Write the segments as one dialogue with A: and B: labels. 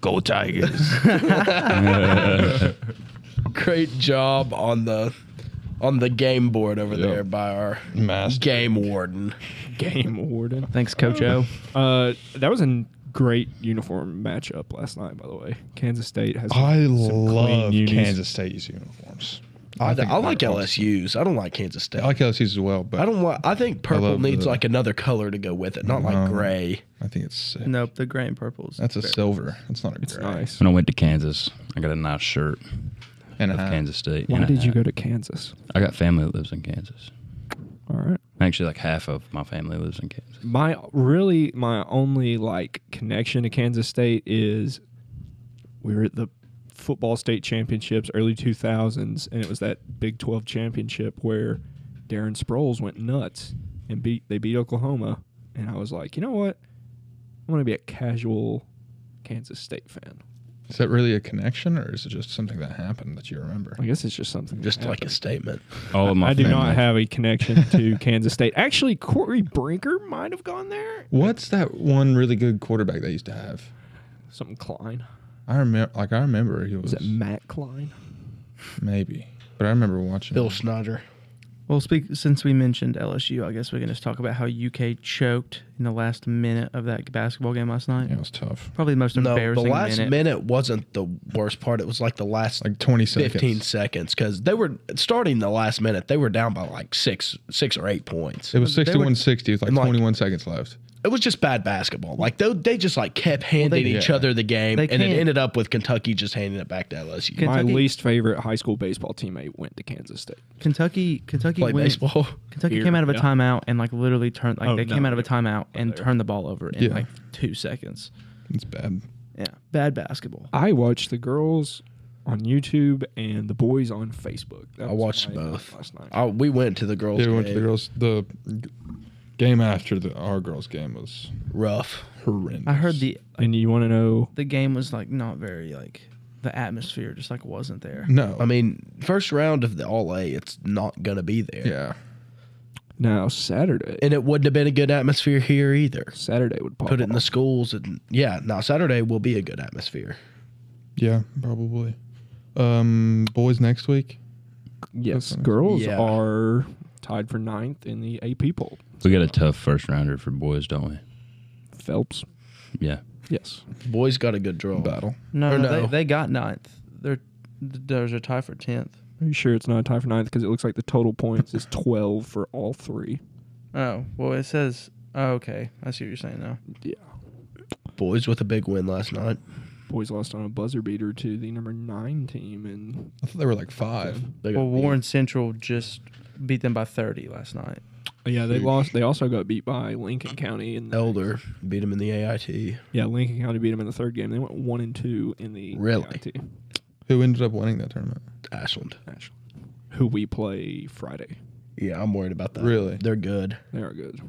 A: Go Tigers.
B: Great job on the on the game board over there by our
A: Master.
B: game warden.
C: Game warden.
D: Thanks, Coach O.
C: Uh, that was a great uniform matchup last night. By the way, Kansas State has.
A: I
C: some clean
A: love
C: unis.
A: Kansas State's uniforms. I,
B: I like
A: they're
B: LSU's. I don't like Kansas State.
A: awesome. I like LSU's as well, but
B: I don't want. I think purple
A: love
B: needs
A: the-
B: like another color to go with it, not like
A: No.
B: gray.
A: I think it's sick.
D: Nope, the gray and purples.
A: That's a silver. That's not a
C: It's
A: gray.
C: nice.
E: When I went to Kansas, I got a nice shirt
A: And a
E: of
A: hat.
E: Kansas State.
C: Why
E: and a
C: did you
E: hat.
C: go to Kansas?
E: I got family that lives in Kansas.
C: All right.
E: Actually, like half of my family lives in Kansas.
C: My really my only like connection to Kansas State is we were at the football state championships early 2000s and it was that Big 12 championship where Darren Sproles went nuts and beat they beat Oklahoma and I was like, "You know what? I'm going to be a casual Kansas State fan."
A: Is that really a connection, or is it just something that happened that you remember?
C: I guess it's just something that
B: Just like a
C: happened.
B: statement.
E: All of my
C: I do
E: family-
C: not have a connection to Kansas State. Actually, Corey Brinker might have gone there.
A: What's that one really good quarterback they used to have?
C: Something Klein.
A: I remember, like I remember he was,
C: Was it Matt Klein?
A: maybe, but I remember watching.
B: Bill Snyder.
D: Well, speak since we mentioned LSU, I guess we can just talk about how UK choked in the last minute of that basketball game last night.
A: Yeah, it was tough.
D: Probably the most
B: No, the
D: embarrassing
B: last minute.
D: minute.
B: wasn't the worst part. It was like the last
A: Like twenty seconds.
B: fifteen seconds because they were starting the last minute. They were down by like six, six or eight points.
A: It was
B: They were-
A: 61 60 with like
B: and, like-
A: 21 seconds left.
B: It was just bad basketball. Like they, they just like kept handing each
A: yeah.
B: other the game,
D: They
B: and it
D: can't-
B: ended up with Kentucky just handing it back to LSU.
D: Can- Kentucky-
C: My least favorite high school baseball teammate went to Kansas State.
D: Kentucky, Kentucky,
B: Play
D: went-
B: baseball.
D: Kentucky
C: Here,
D: came out of a
C: yeah.
D: timeout and like literally turned like
C: Oh,
D: they
C: no,
D: came out of a
C: yeah.
D: timeout and
C: there.
D: turned the ball over in
A: Yeah.
D: like two seconds.
A: It's bad.
D: Yeah, bad basketball.
C: I watched the girls on YouTube and the boys on Facebook. That
B: I
C: was
B: watched
C: my-
B: both.
C: last night.
B: Oh, we went to the girls.
A: Yeah, we went to the
B: game.
A: girls. The g- game after the our girls' game was
B: Rough.
A: horrendous.
D: I heard the
C: And you want to know?
D: the game was like not very like the atmosphere just like wasn't there.
A: no.
B: I mean, first round of the All A, it's not gonna be there.
A: yeah,
C: Now Saturday.
B: and it wouldn't have been a good atmosphere here either.
C: Saturday would pop
B: Put it in the
C: off.
B: schools, and yeah, now Saturday will be a good atmosphere.
A: yeah, probably. Um, boys next week.
C: Yes,
A: Okay.
C: girls
B: Yeah.
C: are tied for ninth in the AP poll.
E: We got a tough first rounder for boys, don't we?
C: Phelps.
E: Yeah.
C: Yes.
B: Boys got a good draw.
A: Battle.
D: No,
B: Or
D: no,
B: no.
D: They, they got ninth. They're there's a tie for tenth.
C: Are you sure it's not a tie for ninth? Because it looks like the total points is twelve for all three.
D: Oh well, it says. Oh, okay, I see what you're saying now.
C: Yeah.
B: Boys with a big win last night.
C: Boys lost on a buzzer beater to the number nine team and
A: I thought they were like five.
B: They got
D: Well, Warren Central just beat them by 30 last night.
C: yeah they lost. They also got beat by Lincoln County in the
B: Elder beat them in the AIT.
C: Yeah, Lincoln County beat them in the third game. They went one and two in the
B: Really?
C: AIT,
A: Who ended up winning that tournament?
B: Ashland.
C: actually, who we play Friday.
B: Yeah, I'm worried about that.
A: Really?
B: They're good.
C: They are good,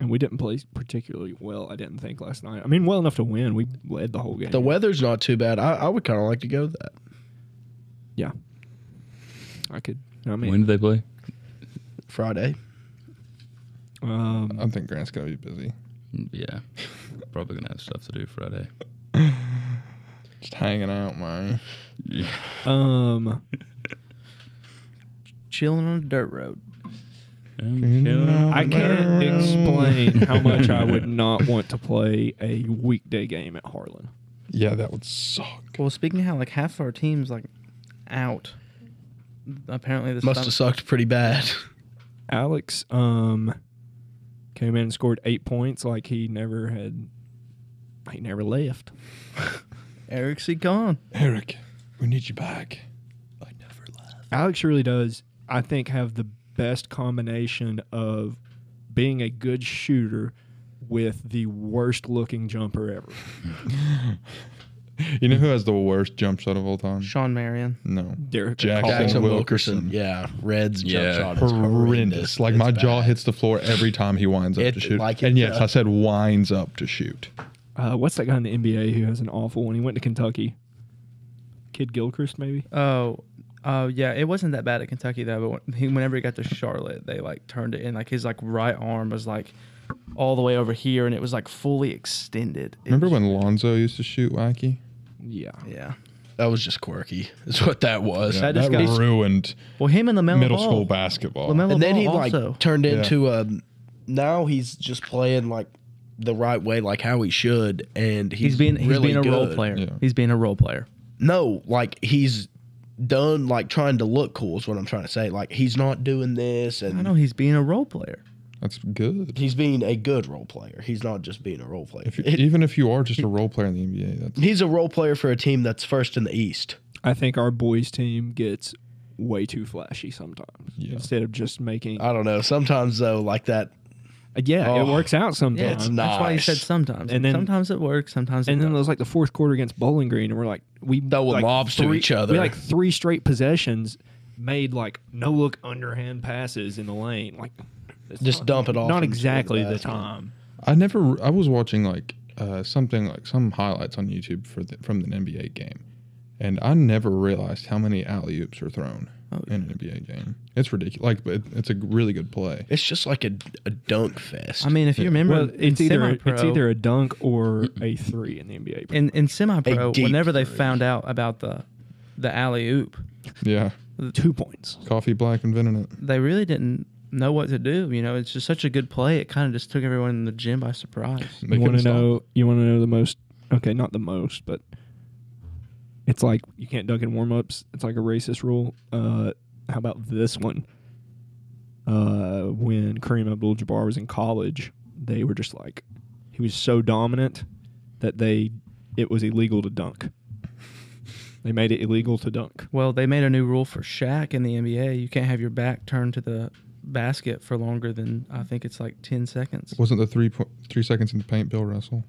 C: and we didn't play particularly well. I didn't think last night. I mean, well enough to win. We led the whole game.
B: The weather's not too bad. I, I would kind of like to go that.
C: yeah, I could. I mean,
E: When did they play?
B: Friday.
C: um,
A: I think Grant's gonna be busy.
E: Yeah. Probably gonna have stuff to do Friday.
A: Just hanging out, man.
C: um,
D: Chilling on a dirt road.
C: I can't explain how much I would not want to play a weekday game at Harlan.
A: Yeah, that would suck.
D: Well, speaking of how, like, half our team's, like, out. Apparently, this
B: Must have sucked pretty bad.
C: Alex um came in and scored eight points like he never had he never left.
D: Eric's gone.
A: Eric, we need you back.
C: Alex really does, I think, have the best combination of being a good shooter with the worst looking jumper ever.
A: You know who has the worst jump shot of all time?
D: Sean Marion.
A: No.
C: Derek
A: Jack-
C: Jackson.
B: Jackson
A: Wilkerson.
B: Wilkerson. Yeah. Reds jump
E: Yeah.
B: shot. is
A: Horrendous. Like
B: It's
A: my jaw
B: bad.
A: hits the floor every time he winds up
B: It-
A: to shoot.
B: like
A: and
B: it
A: yes,
B: does.
A: I said winds up to shoot.
C: Uh, what's that guy in the NBA who has an awful one? He went to Kentucky. Kid Gilchrist, maybe?
D: Oh, uh, yeah. It wasn't that bad at Kentucky, though. But when, he, whenever he got to Charlotte, they, like, turned it in. Like, his, like, right arm was, like, all the way over here, and it was, like, fully extended. It
A: Remember
D: was-
A: when Lonzo used to shoot wacky?
C: Yeah.
D: Yeah.
B: That was just quirky. Is what that was.
A: Yeah,
D: just
A: that
D: got-
A: ruined
D: Well, him and Lamelo
A: middle
D: Ball.
B: Oh.
A: school basketball.
D: LaMelo
B: and then
D: Ball
B: he
D: also.
B: like turned
A: Yeah.
B: into a. Now he's just playing like the right way, like how he should, and he's,
D: he's being he's
B: really
D: being a role
B: good.
D: player.
A: Yeah.
D: He's being a role player.
B: No, like he's done like trying to look cool is what I'm trying to say. Like he's not doing this,
D: I
B: and
D: know he's being a role player.
A: That's good.
B: he's being a good role player. He's not just being a role player.
A: If you,
B: It-
A: even if you are just a role player in the NBA, that's
B: he's a role player for a team that's first in the East.
C: I think our boys team gets way too flashy sometimes
A: Yeah.
C: instead of just making.
B: I don't know. Sometimes though, like that,
C: yeah,
B: Oh.
C: it works out
D: Yeah,
C: sometimes.
B: it's not-
D: that's why he said
B: nice.
D: sometimes.
C: And then-
D: sometimes it works. Sometimes it
C: And then it
D: doesn't.
C: was like the fourth quarter against Bowling Green, and we're like, we
B: Throwing
C: like
B: lobs to
C: three-
B: each other.
C: We like three straight possessions, made like no look underhand passes in the lane, like it's
B: Just
C: not-
B: dump it off
C: Not
B: and just go to
C: exactly the
B: basket.
C: time.
A: I never. I was watching like uh, something like some highlights on YouTube for the, from an NBA game, and I never realized how many alley oops are thrown
D: Oh,
A: in an NBA game. It's ridiculous. Like, but it- it's a really good play.
B: it's just like a, a dunk fest.
D: I mean, if you remember,
C: Well, it's
D: in
C: either
D: semi-pro,
C: it's either a dunk or a three in the NBA.
D: in, in semi-pro.
B: A deep
D: Whenever they found out about the the alley oop,
A: Yeah,
C: two points.
A: Coffee Black invented it.
D: they really didn't know what to do. You know, it's just such a good play. It kind of just took everyone in the gym by surprise.
A: They
C: You
A: couldn't
C: want to
A: stop it.
C: know? You want to know the most? Okay, not the most, but it's like you can't dunk in warm ups. It's like a racist rule. Uh, how about this one? Uh, when Kareem Abdul-Jabbar was in college, they were just like he was so dominant that they it was illegal to dunk. they made it illegal to dunk.
D: Well, they made a new rule for Shaq in the NBA. You can't have your back turned to the basket for longer than I think it's like ten seconds.
A: Wasn't the three po- three seconds in the paint Bill Russell?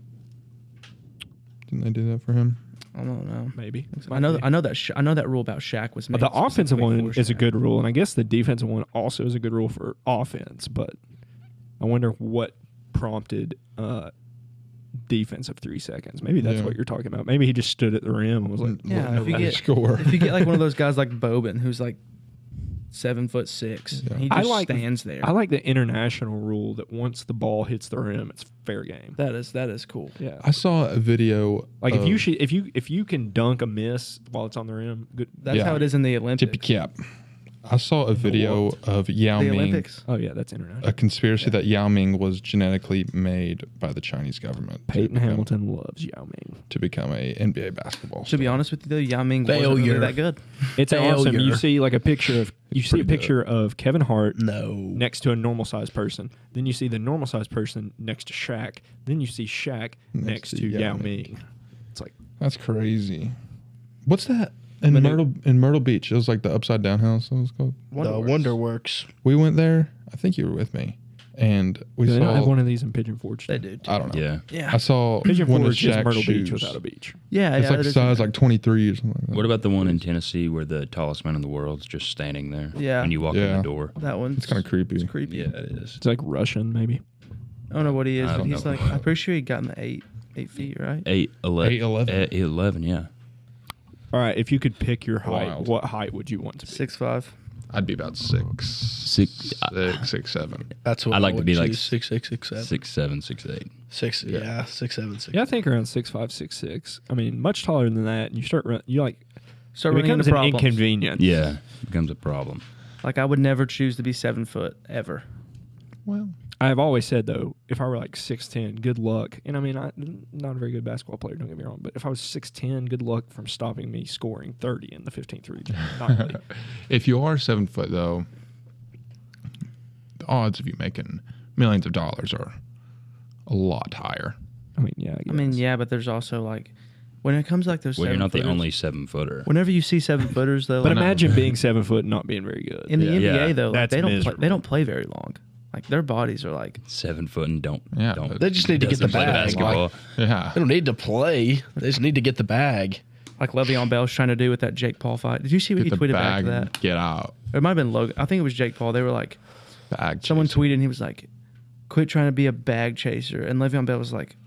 A: Didn't they do that for him?
D: I don't know.
C: Maybe
D: I know. I know that. Sha I know that rule about Shaq was made.
C: Oh, the offensive
D: specifically
C: one
D: for
C: is a
D: Shaq.
C: good rule, and I guess the defensive one also is a good rule for offense. But I wonder what prompted uh, defense of three seconds. Maybe that's
A: Yeah. Mm,
C: what you're talking about. Maybe he just stood at the rim and was like,
A: Yeah,
D: Yeah, if you
A: Nobody
D: get
A: score.
D: if you get like one of those guys like Bobin, who's like seven foot six,
A: Yeah.
D: he
C: I
D: just
C: like-
D: stands there.
C: "I like the international rule that once the ball hits the rim, it's fair game."
D: that is that is cool.
C: Yeah,
A: I Oh. saw a video.
C: like if you
A: of
C: should, if you if you can dunk a miss while it's on the rim, good.
D: That's
A: Yeah.
D: how it is in the Olympics.
A: tippy cap, I saw a video of Yao
D: the
A: Ming.
D: Olympics.
C: Oh yeah, that's international.
A: A conspiracy that Yao Ming was genetically made by the Chinese government. to
C: Peyton
A: become-
C: Hamilton loves Yao Ming.
A: to become a NBA basketball.
D: To be
A: star.
D: honest with you, though, Yao Ming
B: Failure.
D: wasn't really that good.
C: It's awesome. You
B: Failure.
C: see like a picture of you see a
A: pretty good.
C: picture of Kevin Hart
B: no,
C: next to a normal sized person. Then you see the normal sized person next to Shaq. Then you see Shaq next,
A: Next
C: to,
A: to
C: Yao
A: Yao
C: Ming. It's like
A: that's crazy. What's that in
C: Manu-
A: Myrtle in Myrtle Beach? It was like the upside down house. That was called.
B: the WonderWorks.
A: We went there. I think you were with me, and we
C: do they
A: saw.
C: not have one of these in Pigeon Forge?
D: They do. Too.
A: I don't know.
E: Yeah.
D: Yeah.
A: Uh, I saw
C: Pigeon
A: one of
C: Forge is
A: Shaq's
C: Myrtle
A: shoes.
C: Beach without a beach.
D: Yeah,
A: It's
D: yeah,
A: like
D: that is-
A: size like twenty three or something. Like that.
E: What about the one in Tennessee where the tallest man in the world's just standing there?
D: Yeah.
E: When you walk in
A: Yeah.
E: the door.
D: that one.
A: It's kind of creepy.
D: It's creepy.
E: Yeah, it is.
C: It's like Russian, maybe.
D: I don't know what he is,
E: I
D: but
E: don't
D: he's
E: know.
D: like I'm pretty sure he got in the eight eight feet, right?
E: Eight eleven.
A: Eight, eleven.
E: Eight, eleven, yeah.
C: All right, if you could pick your height,
A: Wild.
C: what height would you want to be?
D: Six five.
A: I'd be about six, six,
E: Six-
A: six, seven.
B: That's what
E: I'd like to
B: would
E: be like
B: choose. six, six, six, seven, six,
E: Six seven, six eight.
B: yeah, six, seven, six.
C: Yeah, I think around six five, six six. I mean, much taller than that, and you start run, you like
D: Start
C: it
D: running
C: becomes
D: into
C: an
D: problems.
C: inconvenience.
E: Yeah. Becomes a problem.
D: like I would never choose to be seven foot ever.
A: Well,
C: I've always said though, if I were like six ten, good luck. And I mean, I, not a very good basketball player. Don't get me wrong, but if I was six ten, good luck from stopping me scoring thirty in the fifteenth three. Not really.
A: if you are seven foot though, the odds of you making millions of dollars are a lot higher.
C: I mean, yeah. I,
D: I mean,
C: guess.
D: yeah, but there's also like when it comes like those.
E: Well, you're
D: seven
E: not the
D: footers-
E: only seven footer.
D: Whenever you see seven footers, though,
C: But
D: like,
C: imagine being seven foot and not being very good.
D: in the
E: Yeah.
D: NBA
E: Yeah,
D: though, like,
C: that's
D: they don't play,
C: miserable.
D: they don't play very long. Like their bodies are like
E: Seven foot and don't
A: Yeah,
E: don't
A: but- They
B: just need to get the
E: doesn't play
B: bag,
E: basketball.
A: Yeah.
B: They don't need to play. They just need to get the bag.
D: like Le'Veon Bell's trying to do with that Jake Paul fight. Did you see what he tweeted back to
A: and
D: that?
A: Get out.
D: It might have been Logan. I think it was Jake Paul. They were like,
A: Bag.
D: someone
A: chasing.
D: tweeted and he was like, "Quit trying to be a bag chaser." And Le'Veon Bell was like,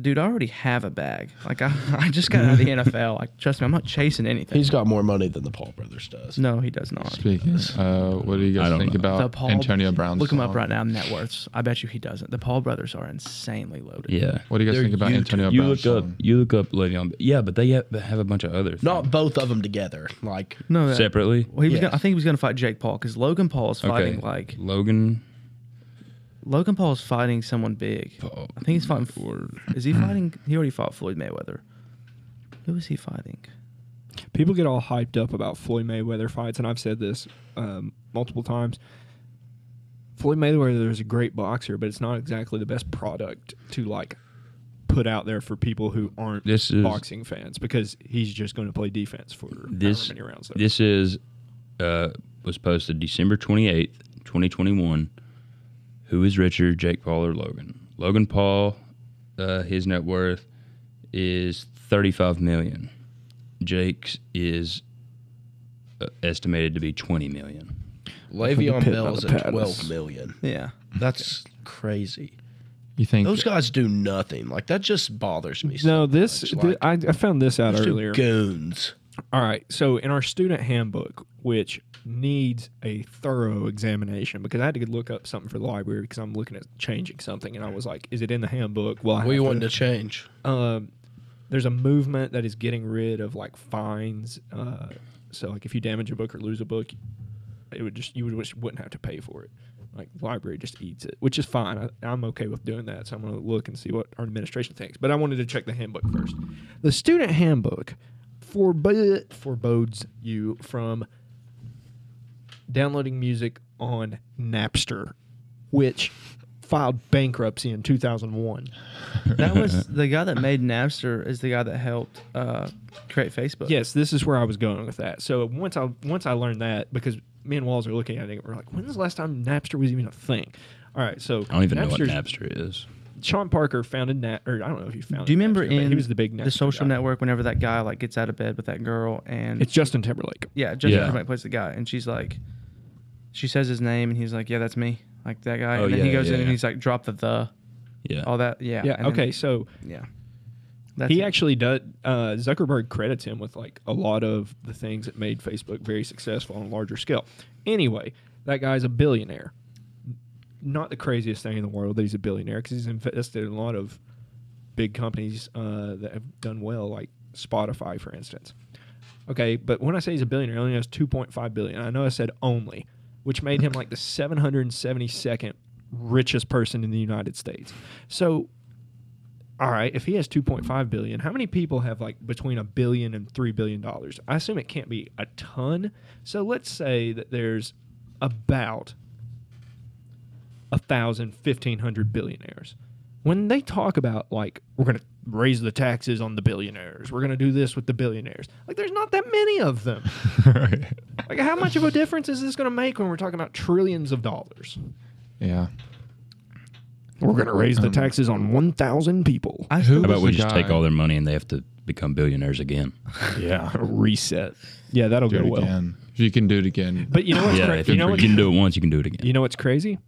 D: dude, I already have a bag. Like I, I just got out of the NFL. Like trust me, I'm not chasing anything.
B: He's got more money than the Paul brothers does.
D: no, he does not.
A: Speaking, uh, what do you
E: I
A: guys
E: don't
A: think
E: know.
A: about
D: The Paul-
A: Antonio Brown?
D: Look him up right now. Net worths. I bet you he doesn't. The Paul brothers are insanely loaded.
E: Yeah.
A: What do you guys
E: They're
A: think about
E: huge.
A: Antonio
E: You
A: Brown's
E: look up.
A: song?
E: You look up Le'Veon. Yeah, but they have, they have a bunch of other.
B: Not
E: things.
B: both of them together. Like
D: No, that-
E: separately.
D: Well, he was
B: Yes.
D: gonna, I think he was going to fight Jake Paul because Logan Paul is fighting like
E: Logan.
D: Logan Paul is fighting someone big.
E: Paul.
D: I think he's fighting.
E: Word.
D: Is he fighting? He already fought Floyd Mayweather. Who is he fighting?
C: People get all hyped up about Floyd Mayweather fights, and I've said this um, multiple times. Floyd Mayweather is a great boxer, but it's not exactly the best product to like put out there for people who aren't
E: This is-
C: boxing fans because he's just going to play defense for
E: This-
C: however many rounds. There.
E: This is uh, was posted December twenty eighth, twenty twenty one. Who is richer, Jake Paul or Logan? Logan Paul, uh, his net worth is thirty five million. Jake's is uh, estimated to be twenty million.
B: Le'Veon
C: pit,
B: Bell's
C: not the
B: at
C: palace.
B: twelve million.
D: Yeah.
B: That's crazy.
A: You think
B: Those guys do nothing. Like that just bothers me. so
C: no, this
B: much.
C: th-
B: Like,
C: I, I found this out
B: those two
C: earlier.
B: goons.
C: All right. So in our student handbook, which needs a thorough examination, because I had to look up something for the library because I'm looking at changing something, and I was like, "Is it in the handbook?" Well, I
B: What do you
C: have
B: want to change?
C: to- um, there's a movement that is getting rid of like fines. Uh, so like if you damage a book or lose a book, it would just you would just wouldn't have to pay for it. Like the library just eats it, which is fine. I, I'm okay with doing that. So I'm gonna look and see what our administration thinks. But I wanted to check the handbook first. The student handbook forb- forebodes you from downloading music on Napster, which filed bankruptcy in 2001.
D: That was the guy that made Napster is the guy that helped uh, create Facebook.
C: Yes, this is where I was going with that. So once I once I learned that, because me and Walls are looking at it, and we're like, when's the last time Napster was even a thing? All right, so
E: I don't even know what
C: Napster's-
E: Napster is.
C: Sean Parker founded Nat, or I don't know if he founded.
D: Do you remember
C: Napster, but
D: in
C: he was the big Napster
D: the social
C: guy.
D: network whenever that guy like gets out of bed with that girl and
C: It's Justin Timberlake.
D: yeah, Justin
E: Yeah.
D: Timberlake plays the guy and she's like, she says his name and he's like, yeah, that's me, like that guy.
E: Oh,
D: and then he
E: yeah,
D: goes
E: yeah,
D: in and
E: yeah.
D: he's like, drop the the
E: Yeah.
C: Oh,
D: all that. Yeah.
C: Yeah.
D: and then-
C: okay, so
D: yeah. That's
C: he
D: it.
C: actually does. Uh, Zuckerberg credits him with like a lot of the things that made Facebook very successful on a larger scale. Anyway, that guy's a billionaire. Not the craziest thing in the world that he's a billionaire because he's invested in a lot of big companies uh, that have done well, like Spotify, for instance. Okay, but when I say he's a billionaire, he only has 2.5 billion. I know I said only, which made him like the 772nd richest person in the United States. So, all right, if he has 2.5 billion, how many people have like between a billion and three billion dollars? I assume it can't be a ton. So let's say that there's about a thousand, fifteen hundred billionaires. When they talk about like we're gonna raise the taxes on the billionaires, we're gonna do this with the billionaires, like there's not that many of them. Like how much of a difference is this gonna make when we're talking about trillions of dollars?
A: yeah.
C: We're gonna raise the
A: Um,
C: taxes on one thousand people.
D: I
A: Who
D: still
E: How about
A: was
E: we
A: the
E: just take
A: guy-
E: all their money and they have to become billionaires again?
C: Yeah, reset. Yeah, that'll
A: Do
D: Oh,
C: go
A: it
C: well.
A: again. If you can do it again.
C: But you know what's
E: yeah,
C: cra-
E: if
C: you
E: you,
C: know
E: you
C: what's
E: can do it once, you can do it again.
C: You know what's crazy?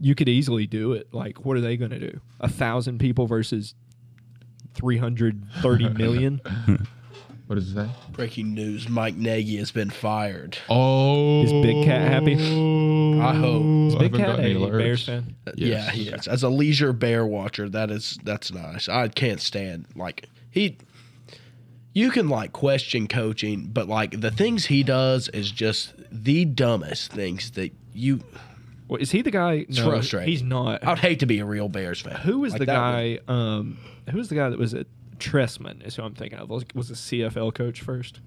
C: You could easily do it. Like, what are they going to do? A thousand people versus 330 million?
A: what does it say?
B: Breaking news: Mike Nagy has been fired.
A: Oh,
C: Is Big Cat happy?
B: I hope.
C: Is Big Cat
A: got any
C: a
A: alerts.
C: Bears fan?
B: Yeah, he is. As a leisure bear watcher, that is that's nice. I can't stand like he. You can like question coaching, but like the things he does is just the dumbest things that you.
C: Well, is he the guy? It's
B: frustrating.
C: He's not.
B: I'd hate to be a real Bears fan.
C: Who was
B: Like,
C: the
B: that would-
C: guy? Um, who was the guy that was at Tressman? Is who I'm thinking of. Was, was the CFL coach first?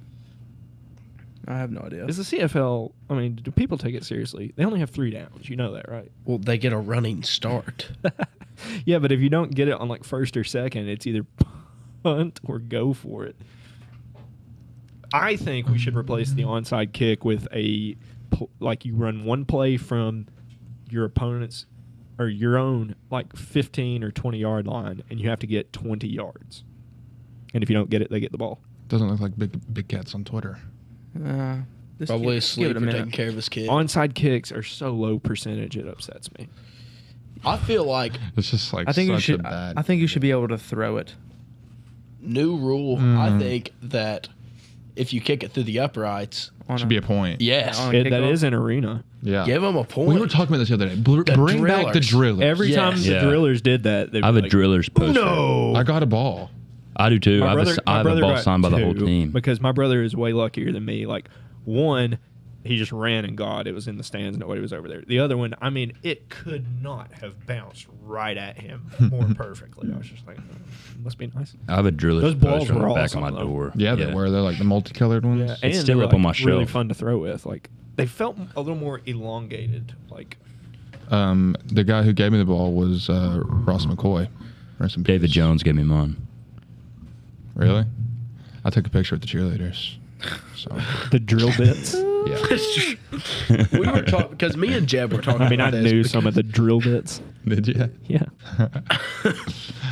D: I have no idea.
C: Is the CFL? I mean, do people take it seriously? They only have three downs. You know that, right?
B: Well, they get a running start.
C: Yeah, but if you don't get it on like first or second, it's either punt or go for it. I think we should replace the onside kick with a pl- like you run one play from your opponent's or your own like 15 or 20 yard line and you have to get 20 yards. And if you don't get it, they get the ball.
A: Doesn't look like Big Big Cat's on Twitter.
D: uh, just
B: Probably
D: give- give
B: asleep
D: it a
B: for
D: minute.
B: taking care of his kid.
C: Onside kicks are so low percentage it upsets me.
B: I feel like
A: It's just like
D: I think you
A: such
D: should.
A: a bad.
D: I think you should be able to throw it.
B: new rule. I think that if you kick it through the uprights,
D: On
A: should be a point.
B: yes,
D: On
C: It, that
D: kickoff?
C: is an arena.
A: Yeah.
B: give them a point.
A: we were talking about this the other day. Br- bring back the drillers.
C: Every
B: Yes.
C: time the
E: Yeah.
C: drillers did that, they
E: I have
C: were
E: a
C: like,
E: driller's poster.
C: No,
A: I got a ball.
E: I do too. I
C: My
E: have,
C: brother,
E: a, s-
C: my
E: I have a
C: brother
E: ball
C: got
E: signed by the whole
C: two,
E: team.
C: because my brother is way luckier than me. Like one, he just ran and got it was in the stands. Nobody was over there. The other one, I mean, it could not have bounced right at him more perfectly. I was just like, "Oh, must be nice.
E: I have a driller's
C: Those balls
E: poster on
C: were
E: the back of
C: awesome,
E: my
C: though.
E: door.
A: Yeah, they were. They're like the multicolored ones.
C: and
E: still
C: they were,
E: up on
C: like,
E: my
C: Really
E: shelf.
C: fun to throw with. Like they felt a little more elongated. Like
A: Um, the guy who gave me the ball was uh, Ross McCoy. Rest in
E: David
A: peace.
E: Jones gave me mine.
A: Really? I took a picture with the cheerleaders. So
C: the drill bits.
A: yeah,
B: we were talking because me and Jeb were talking.
C: I mean, I
B: about this
C: knew some of the drill bits.
A: did you?
C: Yeah,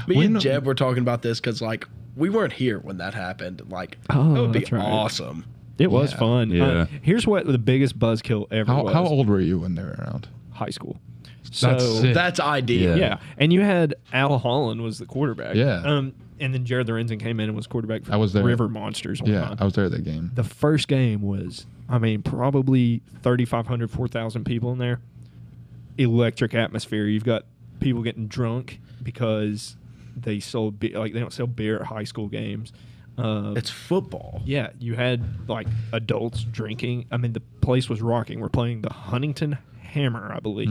B: Me
A: We
B: and
A: know-
B: Jeb were talking about this because like we weren't here when that happened. Like
C: Oh,
B: that would be
C: that's right.
B: awesome.
C: it was
A: Yeah.
C: fun. Uh,
E: Yeah.
C: here's what the biggest buzzkill ever
A: How,
C: was.
A: how old were you when they were around?
C: High school. So
A: That's sick.
B: That's ideal.
E: Yeah.
C: Yeah, and you had Al Holland was the quarterback.
A: Yeah.
C: Um, and then Jared Lorenzen came in and was quarterback for
A: I was there.
C: River Monsters. One
A: Yeah,
C: time.
A: I was there at that game.
C: the first game was, I mean, probably 3,500, 4,000 people in there. Electric atmosphere. You've got people getting drunk because they sold be- like they don't sell beer at high school games. Um,
B: It's football.
C: yeah, you had like adults drinking. I mean, the place was rocking. We're playing the Huntington Hammer, I believe.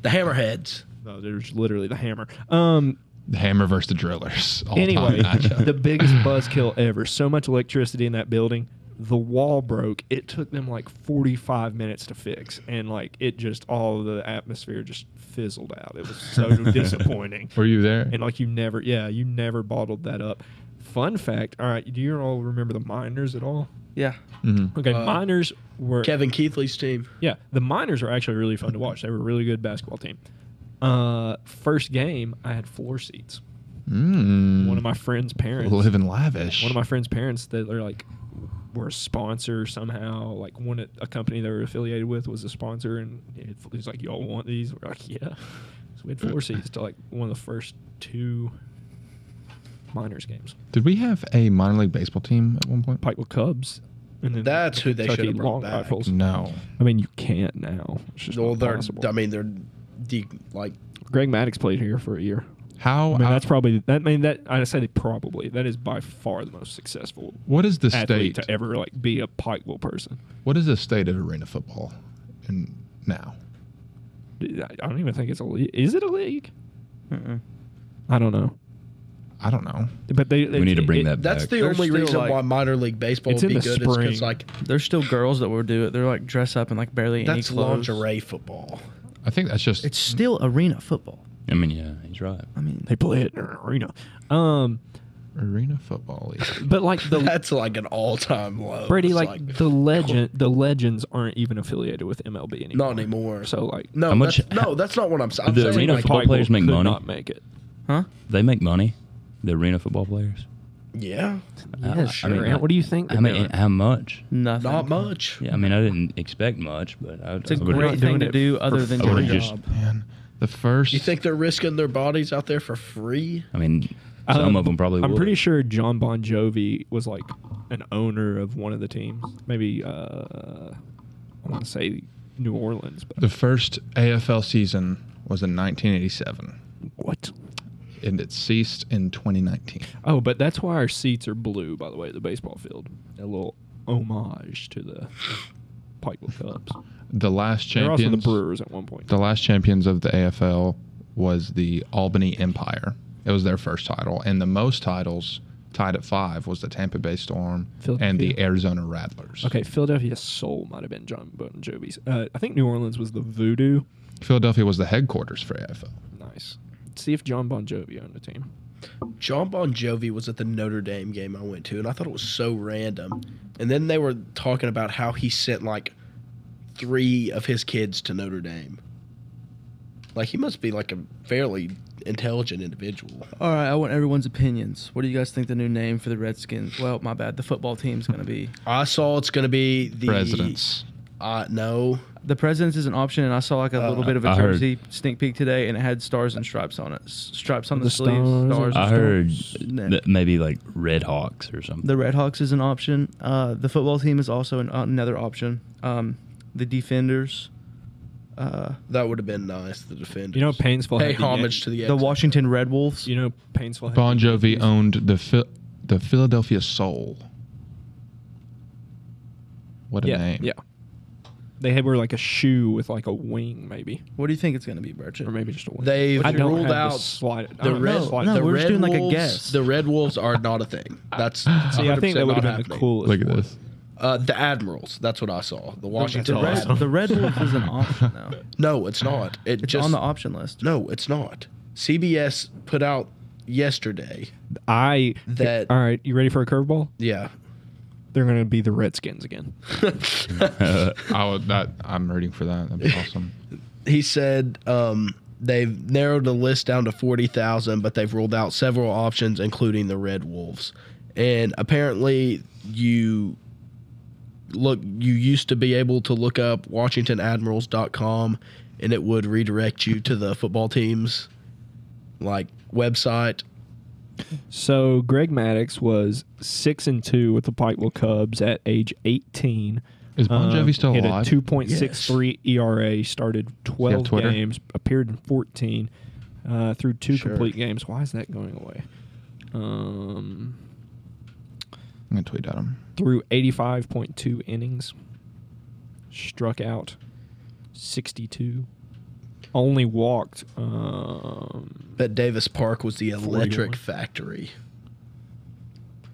B: The hammerheads.
C: no, there's literally the Hammer. Um,
A: The Hammer versus the Drillers. all-time
C: Anyway,
A: matchup.
C: the biggest buzzkill ever. So much electricity in that building. The wall broke. It took them like 45 minutes to fix. And like it just, all the atmosphere just fizzled out. It was so disappointing.
A: were you there?
C: And like you never, yeah, you never bottled that up. Fun fact. All right. Do you all remember the miners at all? Uh,
D: Yeah.
A: Mhm.
C: Okay. miners were,
B: Kevin Keithley's team.
C: yeah, the miners were actually really fun to watch. They were a really good basketball team. Uh, first game, I had floor seats.
A: Mm.
C: One of my friend's parents.
A: living lavish.
C: one of my friend's parents that are like were a sponsor somehow like one at a company they were affiliated with was a sponsor and it, it was like y'all want these we're like yeah so we had four seats to like one of the first two minors games
A: Did we have a minor league baseball team at one point?
C: pikeville cubs and then
B: That's who they
C: Kentucky
B: should've brought
C: long
B: back.
C: rifles
A: No.
C: i mean you can't now it's just
B: Well,
C: not
B: they're.
C: possible.
B: I mean, they're deep. Like
C: greg maddox played here for a year
A: How?
C: i mean
A: I-
C: that's probably that I mean that i say probably that is by far the most successful
A: what is the
C: athlete
A: state?
C: to ever like be a pikeville person
A: What is the state of arena football? in now.
C: I I don't even think it's a league. Is it a league?
D: Mm-mm.
C: I don't know.
A: I don't know.
C: But they, they
E: We need to bring
C: it-
E: that
B: that's
E: back.
B: the
D: They're
B: only
D: still,
B: reason
D: like-
B: why minor league baseball
C: It's
B: would
C: in
B: be
C: the
B: good is
C: spring.
B: because like
D: There's still girls that will do it. They're like dress up in like barely any
B: that's
D: clothes.
B: lingerie football.
A: I think that's just
D: It's still arena football.
E: I mean, yeah, he's right.
D: I mean,
C: They play it in an arena. Um,
A: arena football league.
C: but like the
B: That's like an all-time low.
C: Brady,
B: It's
C: like, the legend, the legends aren't even affiliated with MLB anymore.
B: not anymore.
C: So like,
B: no,
E: How much-
B: that's, no, that's not what I'm, s- I'm
E: The
B: saying.
E: arena
B: like,
E: football
C: Pikeville
E: players make
C: could
E: money.
C: Not make it.
D: huh?
E: They make money, the arena football players.
B: yeah,
E: Uh, I- I
C: Yeah, sure.
E: mean,
C: Ant,
E: like,
C: what do you think?
E: I
C: they're
E: mean,
C: doing?
E: how much?
D: Nothing.
B: not much.
E: Yeah, I mean, I didn't expect much, but I,
D: It's a
E: I would've-
D: great
C: doing
D: thing to
C: it
D: do
C: for
D: other than
E: I
D: your
E: would've
D: job.
E: just-
A: Man, the first.
B: You think they're risking their bodies out there for free?
E: I mean, some
C: Um,
E: of them probably.
C: I'm
E: would.
C: pretty sure John Bon Jovi was like an owner of one of the teams. Maybe uh, I want to say New Orleans, but
A: The first AFL season was in 1987,
C: what?
A: and it ceased in 2019.
C: Oh, but that's why our seats are blue, by the way, at the baseball field. A little homage to the Pikeville Cubs.
A: The last
C: They're also
A: champions.
C: the Brewers at one point.
A: the last champions of the AFL was the Albany Empire. It was their first title, and the most titles tied at five was the Tampa Bay Storm and
C: Philadelphia.
A: the Arizona Rattlers.
C: Okay, Philadelphia Soul might have been John Bon Jovi's. Uh, I think New Orleans was the Voodoo.
A: Philadelphia was the headquarters for AFL.
C: Nice. Let's see if John Bon Jovi owned a team.
B: John Bon Jovi was at the Notre Dame game I went to, and I thought it was so random. And then they were talking about how he sent like three of his kids to Notre Dame. Like he must be like a fairly intelligent individual.
D: All right, I want everyone's opinions. What do you guys think the new name for the Redskins? Well, my bad. The football team's going to be
B: I saw it's going to be the
A: Presidents.
B: Uh, no,
D: The Presidents is an option, and I saw like a little bit of a
E: Uh, I heard-
D: jersey sneak peek today, and it had stars and stripes on it. S- Stripes on the,
C: The
D: sleeves. Stars.
C: stars and-
E: I heard
D: Nah.
E: that maybe like Red Hawks or something.
D: The Red Hawks is an option. Uh, the football team is also an, uh, another option. Um, the Defenders. Uh,
B: That would have been nice. The defenders.
C: You know, Painesville.
B: pay
C: had the
B: homage
C: Yan-
B: to the
D: the
B: Yankees.
D: Washington Red Wolves.
C: You know, Painesville. had
A: Bon
C: the
A: Jovi
C: Yankees.
A: owned the Phil- the Philadelphia Soul. What a
C: yeah,
A: name!
C: Yeah. They had were like a shoe with like a wing, maybe,
D: What do you think it's going to be, Burchett?
C: or maybe just a wing.
B: They've
C: I don't
B: ruled
C: have
B: out
C: the, slide, I
B: the
C: don't have
B: red.
C: the slide-
D: no,
B: the
D: we're
B: red
D: just doing like a
B: wolves,
D: guess.
B: The red wolves are not a thing. That's
C: See, I think that would have been the coolest.
A: Look at
C: one.
A: this.
B: Uh, the admirals. That's what I saw. The Washington.
D: The Red,
B: Admirals.
D: the Red Wolves is an option now.
B: No, it's not. It
D: It's
B: just
D: on the option list.
B: no, it's not. CBS put out yesterday
C: I.
B: that
C: All right, you ready for a curveball?
B: yeah.
C: They're going to be the Redskins again.
A: I would, that I'm rooting for that. That'd be awesome.
B: he said um, they've narrowed the list down to 40,000, but they've ruled out several options, including the Red Wolves. And apparently, you look, you used to be able to look up WashingtonAdmirals.com and it would redirect you to the football team's like website.
C: So Greg Maddox was six and two with the Pikeville Cubs at age eighteen.
A: Is Bon Jovi still
C: Um, he had
A: alive?
C: A two point six three ERA. Started twelve
A: Twitter?
C: games. Appeared in fourteen. Uh, through two
B: Sure.
C: complete games. Why is that going away? Um,
A: I'm gonna tweet at him.
C: through eighty-five point two innings. Struck out sixty-two. Only walked. Um,
B: Bet Davis Park was the electric
C: 41.
B: factory.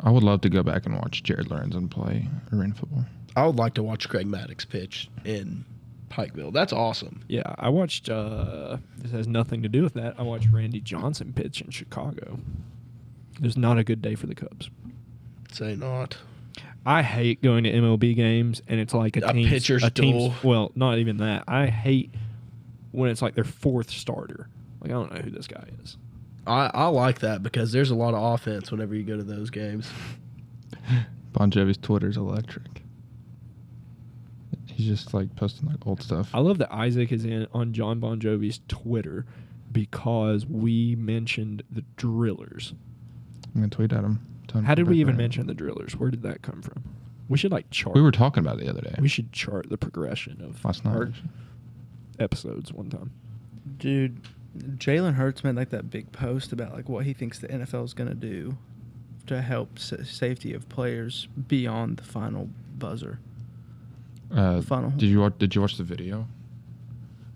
A: I would love to go back and watch Jared Lorenzen play arena football.
B: I would like to watch Craig Maddox pitch in Pikeville. That's awesome.
C: Yeah, I watched. Uh, this has nothing to do with that. I watched Randy Johnson pitch in Chicago. It was not a good day for the Cubs.
B: Say not.
C: I hate going to MLB games and it's like a,
B: A
C: team's-
B: pitcher's
C: a team's-
B: duel.
C: Well, not even that. I hate when it's like their fourth starter. Like I don't know who this guy is.
B: I, I like that because there's a lot of offense whenever you go to those games.
A: Bon Jovi's Twitter's electric. He's just like posting like old stuff.
C: I love that Isaac is in on John Bon Jovi's Twitter because we mentioned the Drillers.
A: I'm gonna tweet at him. Tell him
C: How
A: to
C: did
A: go back
C: we even
A: around.
C: mention the Drillers? Where did that come from? We should like chart.
A: We were talking about it the other day.
C: We should chart the progression of
A: last night.
C: our
A: actually.
C: episodes one time.
D: Dude, Jalen Hurts made like that big post about like what he thinks the NFL is going to do to help sa- safety of players beyond the final buzzer.
A: Uh,
D: Final.
A: Did you watch? Did you watch the video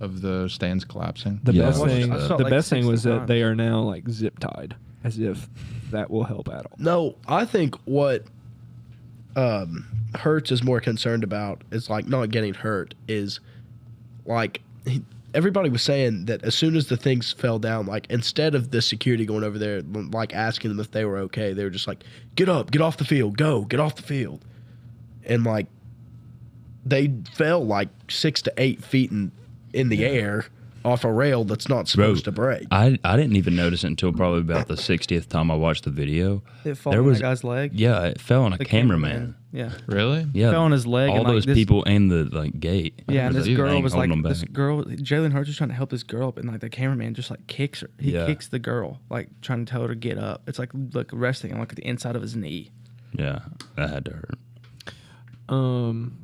A: of the stands collapsing?
C: The
E: Yeah,
C: best
E: I watched
C: thing,
E: that. I
C: the
E: saw
D: it like
C: best thing
D: 60
C: was that
D: times.
C: they are now like zip tied, as if that will help at all.
B: No, I think what um, Hertz is more concerned about is like not getting hurt. Is like he, everybody was saying that as soon as the things fell down, like instead of the security going over there, like asking them if they were okay, they were just like, "Get up, get off the field, go, get off the field," and like they fell like six to eight feet in in the air off a rail that's not supposed to break.
E: I, I didn't even notice it until probably about the 60th time I watched the video.
D: It falls
E: There
D: on
E: was-
D: that guy's leg.
E: Yeah, it fell on a
D: The
E: cameraman.
D: Yeah.
A: Really?
E: Yeah,
D: Fell on his leg
E: All
D: and, like,
E: those
D: this-
E: people and the like gate.
D: Yeah, and
E: There's
D: this
E: a
D: girl
E: thing
D: was like,
E: holding 'em
D: this
E: back.
D: girl, Jalen Hurts was trying to help this girl up, and like the cameraman just like kicks her. He
E: Yeah.
D: kicks the girl, like trying to tell her to get up. It's like like resting on like the inside of his knee.
E: Yeah, that had to hurt.
C: Um,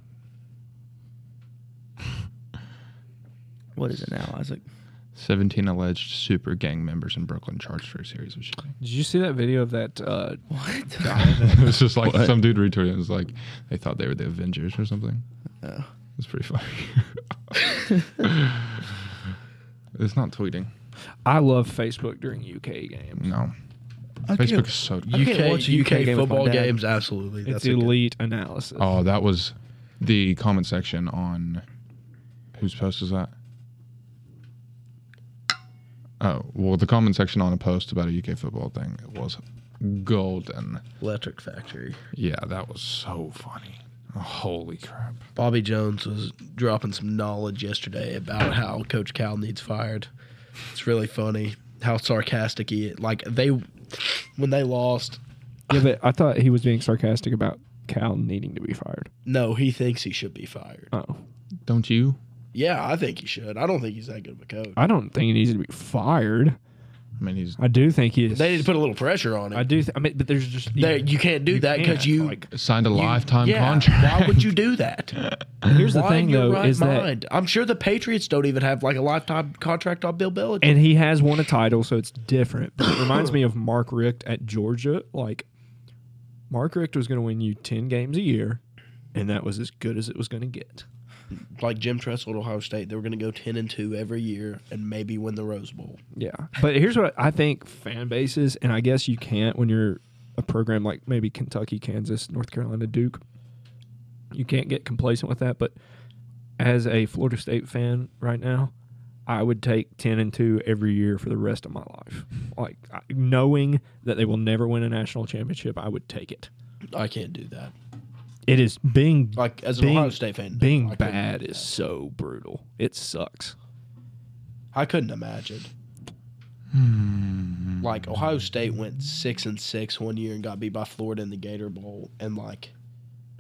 D: What is it now, Isaac?
A: 17 alleged super gang members in Brooklyn charged for a series of shootings.
C: did you see that video of that? Uh,
A: it was just like some dude retweeted. It was like they thought they were the Avengers or something.
D: Oh.
A: It's pretty funny. it's not tweeting.
C: I love Facebook during UK games.
A: No.
D: I
A: Facebook
D: can't-
A: is so.
D: I can't
B: UK,
D: watch a UK
B: UK
D: game with my
B: football
D: dad.
B: games, absolutely.
C: It's
B: a good-
C: elite analysis.
A: Oh, that was the comment section on whose post is that? Oh, well, the comment section on a post about a UK football thing was golden.
B: Electric Factory.
A: Yeah, that was so funny. Holy crap.
B: Bobby Jones was dropping some knowledge yesterday about how Coach Cal needs fired. It's really funny how sarcastic he like they when they lost.
C: Yeah, but I thought he was being sarcastic about Cal needing to be fired.
B: No, he thinks he should be fired.
C: Oh,
A: Don't you?
B: Yeah, I think he should. I don't think he's that good of a coach.
C: I don't think he needs to be fired.
A: I mean, he's
C: I do think he is.
B: They need to put a little pressure on him.
C: I do. Th- I mean, but there's just
B: There- you can't do that 'cause
C: can't,
B: you-
C: like,
A: signed a
B: You-
A: lifetime
B: yeah,
A: contract.
B: Why would you do that?
C: here's the
B: Why
C: thing
B: in your
C: though
B: right
C: is that
B: mind? I'm sure the Patriots don't even have like a lifetime contract on Bill Belichick.
C: and he has won a title, so it's different. But it reminds me of Mark Richt at Georgia. Like Mark Richt was going to win you ten games a year, and that was as good as it was going to get.
B: like Jim Tressel at Ohio State, they were going to go ten and two every year and maybe win the Rose Bowl.
C: Yeah, but here's what I think fan bases, and I guess you can't when you're a program like maybe Kentucky, Kansas, North Carolina, Duke. You can't get complacent with that, but as a Florida State fan right now, I would take 10 and 2 every year for the rest of my life. Like I- knowing that they will never win a national championship, I would take it.
B: I can't do that.
C: It is being
B: Like as an
C: Being-
B: Ohio State fan,
C: being
B: I couldn't-
C: bad is so brutal. It sucks.
B: I couldn't imagine.
C: Hmm.
B: Like Ohio State went six and six one year and got beat by Florida in the Gator Bowl, and like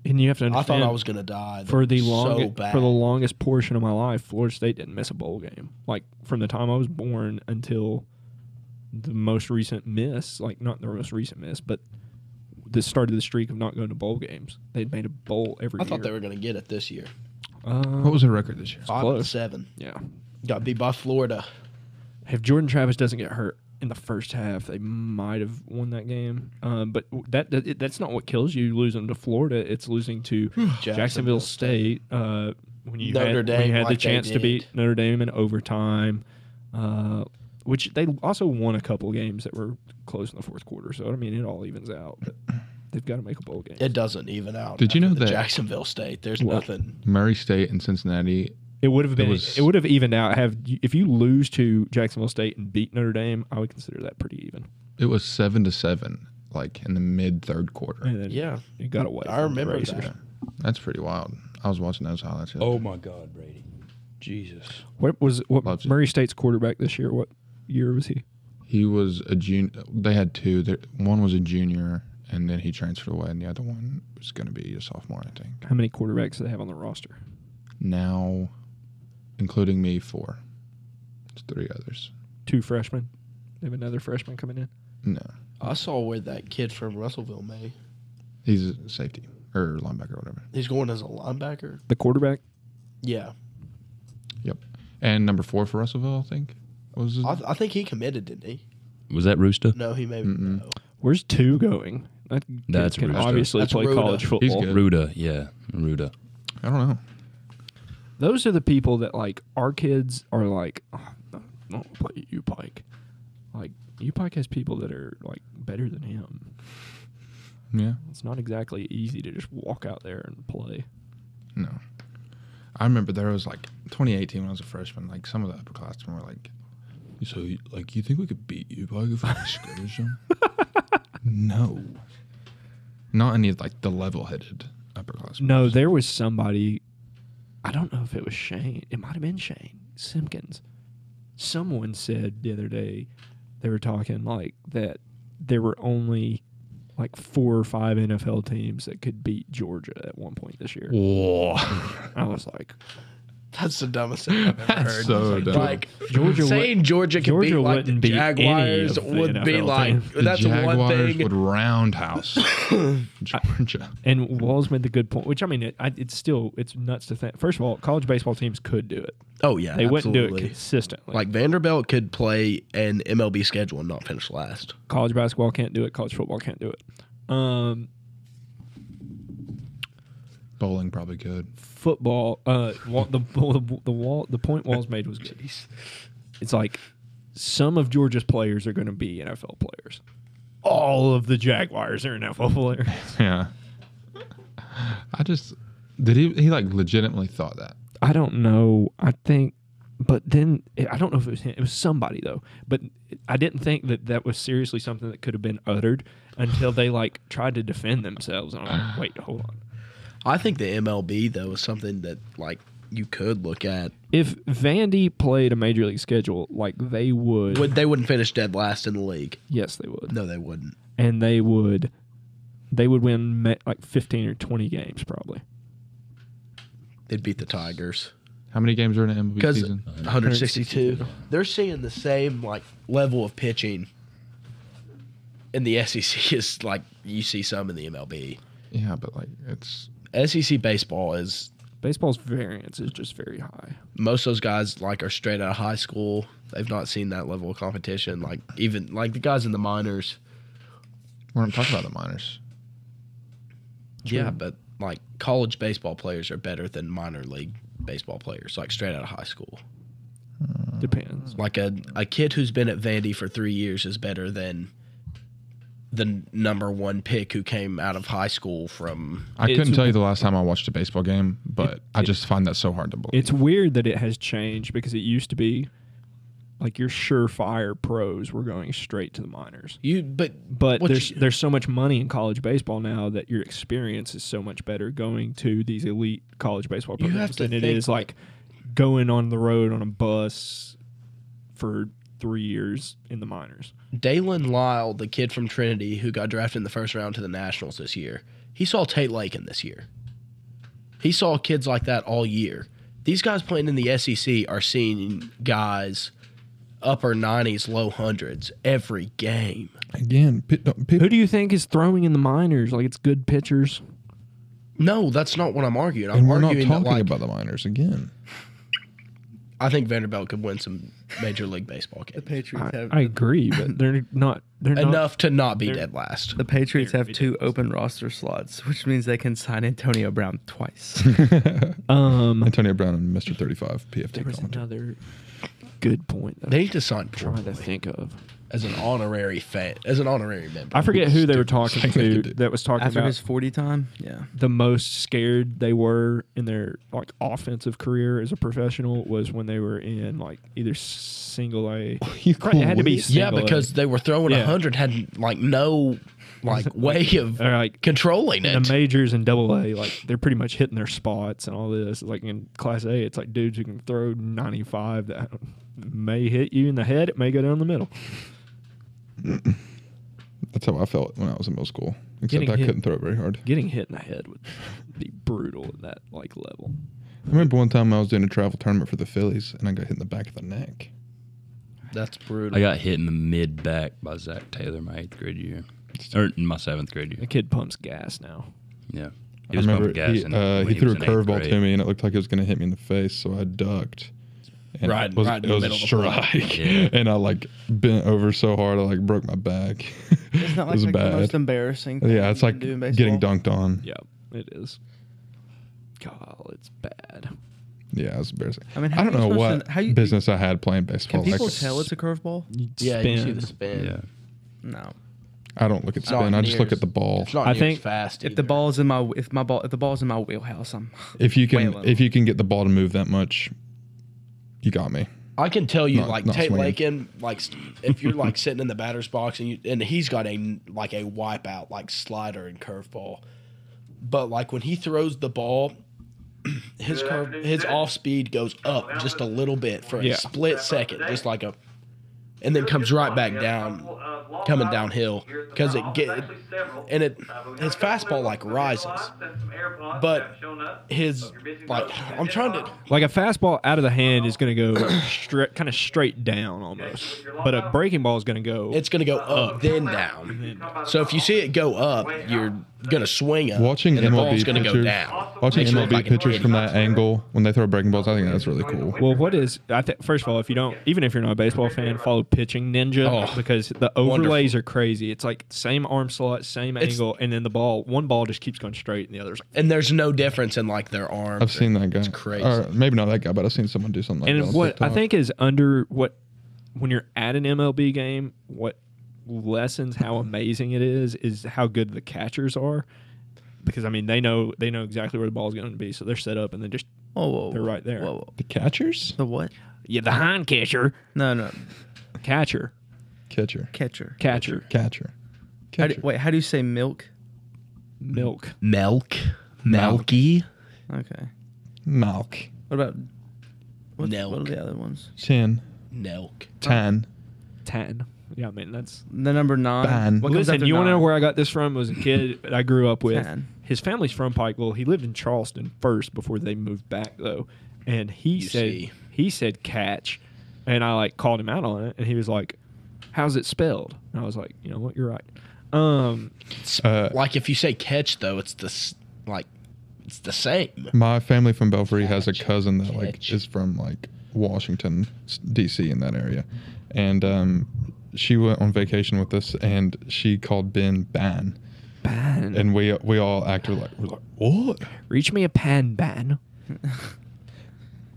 C: And you have to
B: I
C: understand
B: thought I was gonna die. They
C: for the
B: were
C: long
B: so bad.
C: for the longest portion of my life, Florida State didn't miss a bowl game. Like from the time I was born until the most recent miss, like not the most recent miss, but the start of the streak of not going to bowl games. They'd made a bowl every
B: I
C: year.
B: thought they were gonna get it this year.
C: Uh,
A: What was the record this year?
B: Five and
C: close.
B: seven
C: yeah.
B: got beat by Florida.
C: If Jordan Travis doesn't get hurt in the first half, they might have won that game. Um, but w- that, that it- that's not what kills you losing to Florida. It's losing to Jacksonville,
B: Jacksonville
C: State. Uh, when you
B: Notre
C: had, when
B: Dame
C: you had the
B: like they
C: chance to
B: did.
C: beat Notre Dame in overtime, uh, which they also won a couple games that were close in the fourth quarter. So I mean, it all evens out. But they've got to make a bowl game. It,
B: It doesn't even out.
A: Did you know
B: after the
A: that-
B: Jacksonville State? The's
C: Well-
B: nothing.
A: Murray State and Cincinnati.
C: would have been. It,
A: was-
C: would have evened out. Have you- if you lose to Jacksonville State and beat Notre Dame, I would consider that pretty even.
A: It was seven to seven, like in the mid third quarter.
C: And then
B: Yeah,
C: it got away.
B: I
C: from the
B: remember
C: Racers.
B: that.
A: That's pretty wild. I was watching those highlights.
E: Oh my God, Brady. Jesus.
C: What was what
A: Loves it.
C: Murray State's quarterback this year? What year was he?
A: He was a junior. They had two. There- One was a junior, and then he transferred away, and the other one was going to be a sophomore, I think.
C: How many quarterbacks do they have on the roster?
A: Now, including me, four. It's three others.
C: Two freshmen. They have another freshman coming in.
A: No,
B: I saw where that kid from Russellville may.
A: he's a safety or linebacker, or whatever.
B: He's going as a linebacker.
C: The quarterback.
B: Yeah,
A: Yep. And number four for Russellville, I think. Was his-
B: I, I think he committed, didn't he?
E: Was that Rooster?
B: No, he maybe.
A: Mm-mm.
B: No.
C: Where's two going? That kid
E: That's
C: can
E: Rooster.
C: obviously
B: That's
C: play
B: Rhoda.
C: college
B: He's
C: football.
A: good.
E: Ruda, yeah. Ruda.
A: I don't know.
C: Those are the people that like our kids are like. Oh, no, I don't play you Pike. Like you Pike has people that are like better than him.
A: Yeah.
C: It's not exactly easy to just walk out there and play.
A: No. I remember there was like 2018 when I was a freshman. Like some of the upperclassmen were like, "So, you- like, you think we could beat you by if we scrimmage them?" no. Not any of like the level-headed upperclassmen.
C: No, there was somebody. I don't know if it was Shane. It might have been Shane Simpkins. Someone said the other day they were talking like that there were only like four or five NFL teams that could beat Georgia at one point this year.
A: Whoa.
C: I was like,
B: That's the dumbest thing I've ever heard.
A: so dumb.
B: Like
C: Georgia,
B: saying
C: would-
B: Georgia could
C: Georgia
B: beat like the
C: wouldn't beat any
B: Jaguars
C: of the
B: would be
C: NFL
B: like
C: teams.
A: the
B: that's
A: Jaguars
B: one thing.
A: would roundhouse Georgia.
C: and Walls made the good point, which I mean, it, I, it's still it's nuts to think. First of all, college baseball teams could do it.
B: oh yeah,
C: They wouldn't do
B: absolutely.
C: it consistently.
B: Like Vanderbilt could play an MLB schedule and not finish last.
C: college basketball can't do it. College football can't do it. Um,
A: Bowling probably could.
C: football. Uh, wa- the the the wall the point Walls made was good. It's like some of Georgia's players are going to be NFL players. All of the Jaguars are NFL players.
A: Yeah. I just did he he like legitimately thought that.
C: I don't know. I think, but then eh, I don't know if it was him. It was somebody though. But I didn't think that that was seriously something that could have been uttered until they like tried to defend themselves. And I'm like, wait, hold on.
B: I think the MLB though is something that like you could look at.
C: If Vandy played a major league schedule, like they would,
B: Would they wouldn't finish dead last in the league?
C: yes, they would.
B: No, they wouldn't.
C: and they would they would win ma- like 15 or 20 games probably
B: They'd beat the Tigers.
A: How many games are in an MLB
B: 'Cause-
A: season?
B: 162. They're seeing the same like level of pitching in the SEC is like you see some in the MLB.
A: Yeah, but like it's
B: SEC E baseball is
C: Baseball's variance is just very high.
B: most of those guys like are straight out of high school. They've not seen that level of competition. Like even like the guys in the minors.
A: we're not talking about the minors.
B: Yeah, but like college baseball players are better than minor league baseball players, like straight out of high school.
C: Depends.
B: Like a, a kid who's been at Vandy for three years is better than the number one pick who came out of high school from
A: I
C: It's-
A: couldn't tell you the last time I watched a baseball game, but I just find that so hard to believe.
C: It's weird that it has changed because it used to be like your surefire pros were going straight to the minors.
B: you but
C: But
B: What
C: there's
B: you-
C: there's so much money in college baseball now that your experience is so much better going to these elite college baseball
B: You have
C: programs
B: to
C: than it
B: think-
C: is like going on the road on a bus for three years in the minors.
B: Dalen Lyle, the kid from Trinity who got drafted in the first round to the Nationals this year, he saw Tate Lakin this year. He saw kids like that all year. These guys playing in the SEC are seeing guys upper 90s, low hundreds every game.
A: Again, pe- don't- people
C: Who do you think is throwing in the minors? Like it's good pitchers.
B: No, that's not what I'm arguing. I'm
A: and we're not
B: arguing
A: talking
B: that, like,
A: about the minors again.
B: I think Vanderbilt could win some Major League Baseball
D: The
B: games.
D: Patriots
C: I,
D: have
C: I agree, but they're not they're not
B: Enough to not be
C: they're-
B: dead last.
D: the Patriots have two open roster slots, which means they can sign Antonio Brown twice.
C: um
A: Antonio Brown and Mr. 35 PFT.
C: There was
A: College.
C: another good point that
B: They need to sign
C: I'm
B: Troy
C: trying to think of.
B: as an honorary fan, as an honorary member.
C: I forget who they were talking
A: Something they
C: to
A: could do.
C: that was talking
D: After
C: about
D: his 40 time, yeah.
C: the most scared they were in their like offensive career as a professional was when they were in like either single A.
A: You
C: Right, it had to be
A: cool
B: Yeah,
C: single A.
B: because they were throwing a
C: Yeah.
B: 100 had like no like way of
C: Or, like
B: controlling
C: in
B: it.
C: the majors and double A, like they're pretty much hitting their spots and all this. Like in class A, it's like dudes who can throw 95 that may hit you in the head, it may go down the middle.
A: That's how I felt when I was in middle school. Except
C: Getting
A: I
C: hit.
A: couldn't throw it very hard.
C: Getting hit in the head would be brutal at that like level.
A: I remember one time I was doing a travel tournament for the Phillies and I got hit in the back of the neck.
B: That's brutal.
E: I got hit in the mid back by Zach Taylor my eighth grade year, or in my seventh grade
C: The
E: year.
C: kid pumps gas now.
E: Yeah,
A: I remember
E: pumping gas
A: he,
E: in-
A: uh,
E: when
A: he threw
E: was
A: a
E: in eighth
A: curveball to
E: grade.
A: me and it looked like it was going to hit me in the face, so I ducked. And
B: Right-
A: it was,
B: right in
A: it
B: the
A: was a
B: middle of the
A: strike,
E: Yeah.
A: and I like bent over so hard I like broke my back.
D: It's not
A: it
D: like,
A: was
D: like the
A: bad.
D: most embarrassing thing
A: yeah, it's
D: you
A: like
D: can do in
A: getting
D: baseball.
A: dunked on. Yeah,
C: Yeah, it is. God, it's bad.
A: it's embarrassing. I
D: I mean, how
A: I don't
D: you
A: know
D: supposed
A: what
D: to- how you-
A: business I had playing baseball.
D: Can people
A: Like,
D: tell it's a curveball?
B: yeah, you see the spin.
E: Yeah,
D: No.
A: I don't look at
B: It's not
A: spin. I just
B: near
A: look
B: as-
A: at the ball.
B: It's not
C: I
B: near
C: think
B: as fast.
D: If the
B: either.
D: ball's in my if my ball if the ball's in my wheelhouse, I'm
A: If you can,
D: Whalen.
A: if you can get the ball to move that much, you got me.
B: I can tell you,
A: Not-
B: like
A: not
B: Tate
A: swinging.
B: Lakin, like st- if you're like sitting in the batter's box and you and he's got a like a wipeout, like slider and curveball, but like when he throws the ball, his curve, his off speed goes up just a little bit for a
C: Yeah.
B: split second, just like a, and then comes right back down, coming downhill because it get and it his fastball like rises, but his like I'm trying to.
C: Like a fastball out of the hand is going to go stra- kind of straight down almost, but a breaking ball is going to go.
B: it's gonna go up then down. So if you see it go up, you're gonna swing up.
A: Watching
B: and the
A: MLB
B: ball's gonna go
A: pitchers-
B: down.
A: Watching
B: Makes me look
A: MLB
B: like an
A: pitchers from
B: idiot.
A: that angle when they throw breaking balls, I think that's really cool.
C: well, what is? I think first of all, if you don't, even if you're not a baseball fan, follow pitching ninja
B: Oh,
C: because the overlays are crazy. It's like same arm slot, same
B: It's-
C: angle, and then the ball, one ball just keeps going straight, and the other's.
B: And there's no difference in like their arms.
A: I've seen that guy. It's
B: crazy.
A: Or maybe not that guy, but I've seen someone do something like that.
C: and
A: on
C: what I
A: TikTok.
C: think is under what when you're at an MLB game, what lessens how amazing it is is how good the catchers are. Because I mean, they know they know exactly where the ball's going to be, so they're set up and they just
D: oh whoa,
C: They're right there.
D: Whoa, whoa.
A: the catchers,
D: the what?
C: yeah the hind catcher,
D: No, no,
C: catcher,
A: catcher,
D: catcher.
C: catcher,
A: catcher,
D: How
A: catcher.
D: do, wait, how do you say milk?
C: milk,
B: Milk, milky,
D: Okay.
A: Malk,
D: What about what's,
B: Nelk.
D: what are the other ones?
A: chin,
B: milk.
A: tan,
C: tan, Yeah, I mean that's.
D: The number nine.
A: Ban.
D: What comes
C: Listen,
D: after
C: you want to know
D: nine?
C: where I got this from? It was a kid that I grew up with.
D: Ten.
C: His family's from Pikeville. He lived in Charleston first before they moved back though, and he
B: You
C: said
B: see.
C: he said catch, and I like called him out on it, and he was like, "How's it spelled?" And I was like, "You know what? You're right." Um,
A: Uh,
B: Like if you say catch though, it's the s- like it's the same.
A: My family from Belfry has a
B: Catch.
A: cousin that like
B: Catch.
A: is from like Washington, s- D.C. in that area, and um, she went on vacation with us, and she called Ben Ban,
C: ban.
A: and we we all acted like we're like what
C: Reach me a pan ban.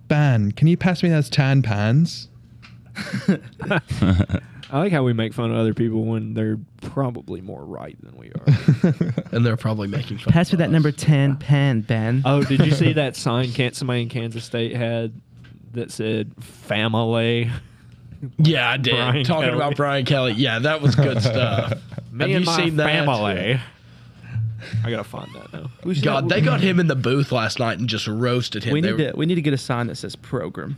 A: Ban? Can you pass me those tan pans?
C: I like how we make fun of other people when they're probably more right than we are.
B: And they're probably making fun.
D: Pass me
B: of
D: that
B: us.
D: number 10 pen, Ben.
C: oh, did you see that sign can somebody in Kansas State had that said family?
B: Yeah, I did.
C: Brian
B: Talking
C: Kelly.
B: about Brian Kelly. Yeah, that was good stuff. Have
C: Me and
B: you
C: my
B: seen that?
C: family. I gotta find that now.
D: We should-
B: God, they got him in the booth last night and just roasted him.
D: We
B: they,
D: need, to, we need to get a sign that says program.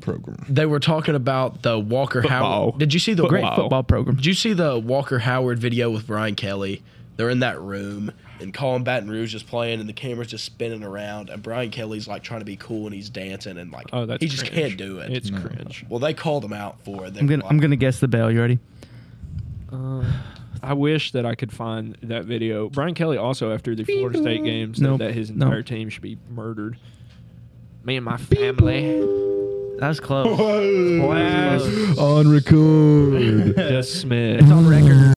A: Program.
B: they were talking about the Walker
C: Football.
B: Howard. Did you see the
D: Great
C: Wow.
D: football program.
B: Did you see the Walker Howard video with Brian Kelly? They're in that room and Colin Baton Rouge is playing and the camera's just spinning around and Brian Kelly's like trying to be cool and he's dancing and like
C: Oh, that's
B: he just
C: cringe.
B: can't do it.
C: It's
A: No.
C: cringe.
B: well, they called him out for it. They
D: I'm
B: were
D: gonna
B: like-
D: I'm gonna guess the bell. You ready?
C: Uh, I wish that I could find that video. Brian Kelly also after the Florida State game said
D: Nope.
C: that his
D: Nope.
C: entire team should be murdered. Me and my family.
D: That was close.
C: Class
A: On record.
C: dismissed.
D: it's on record.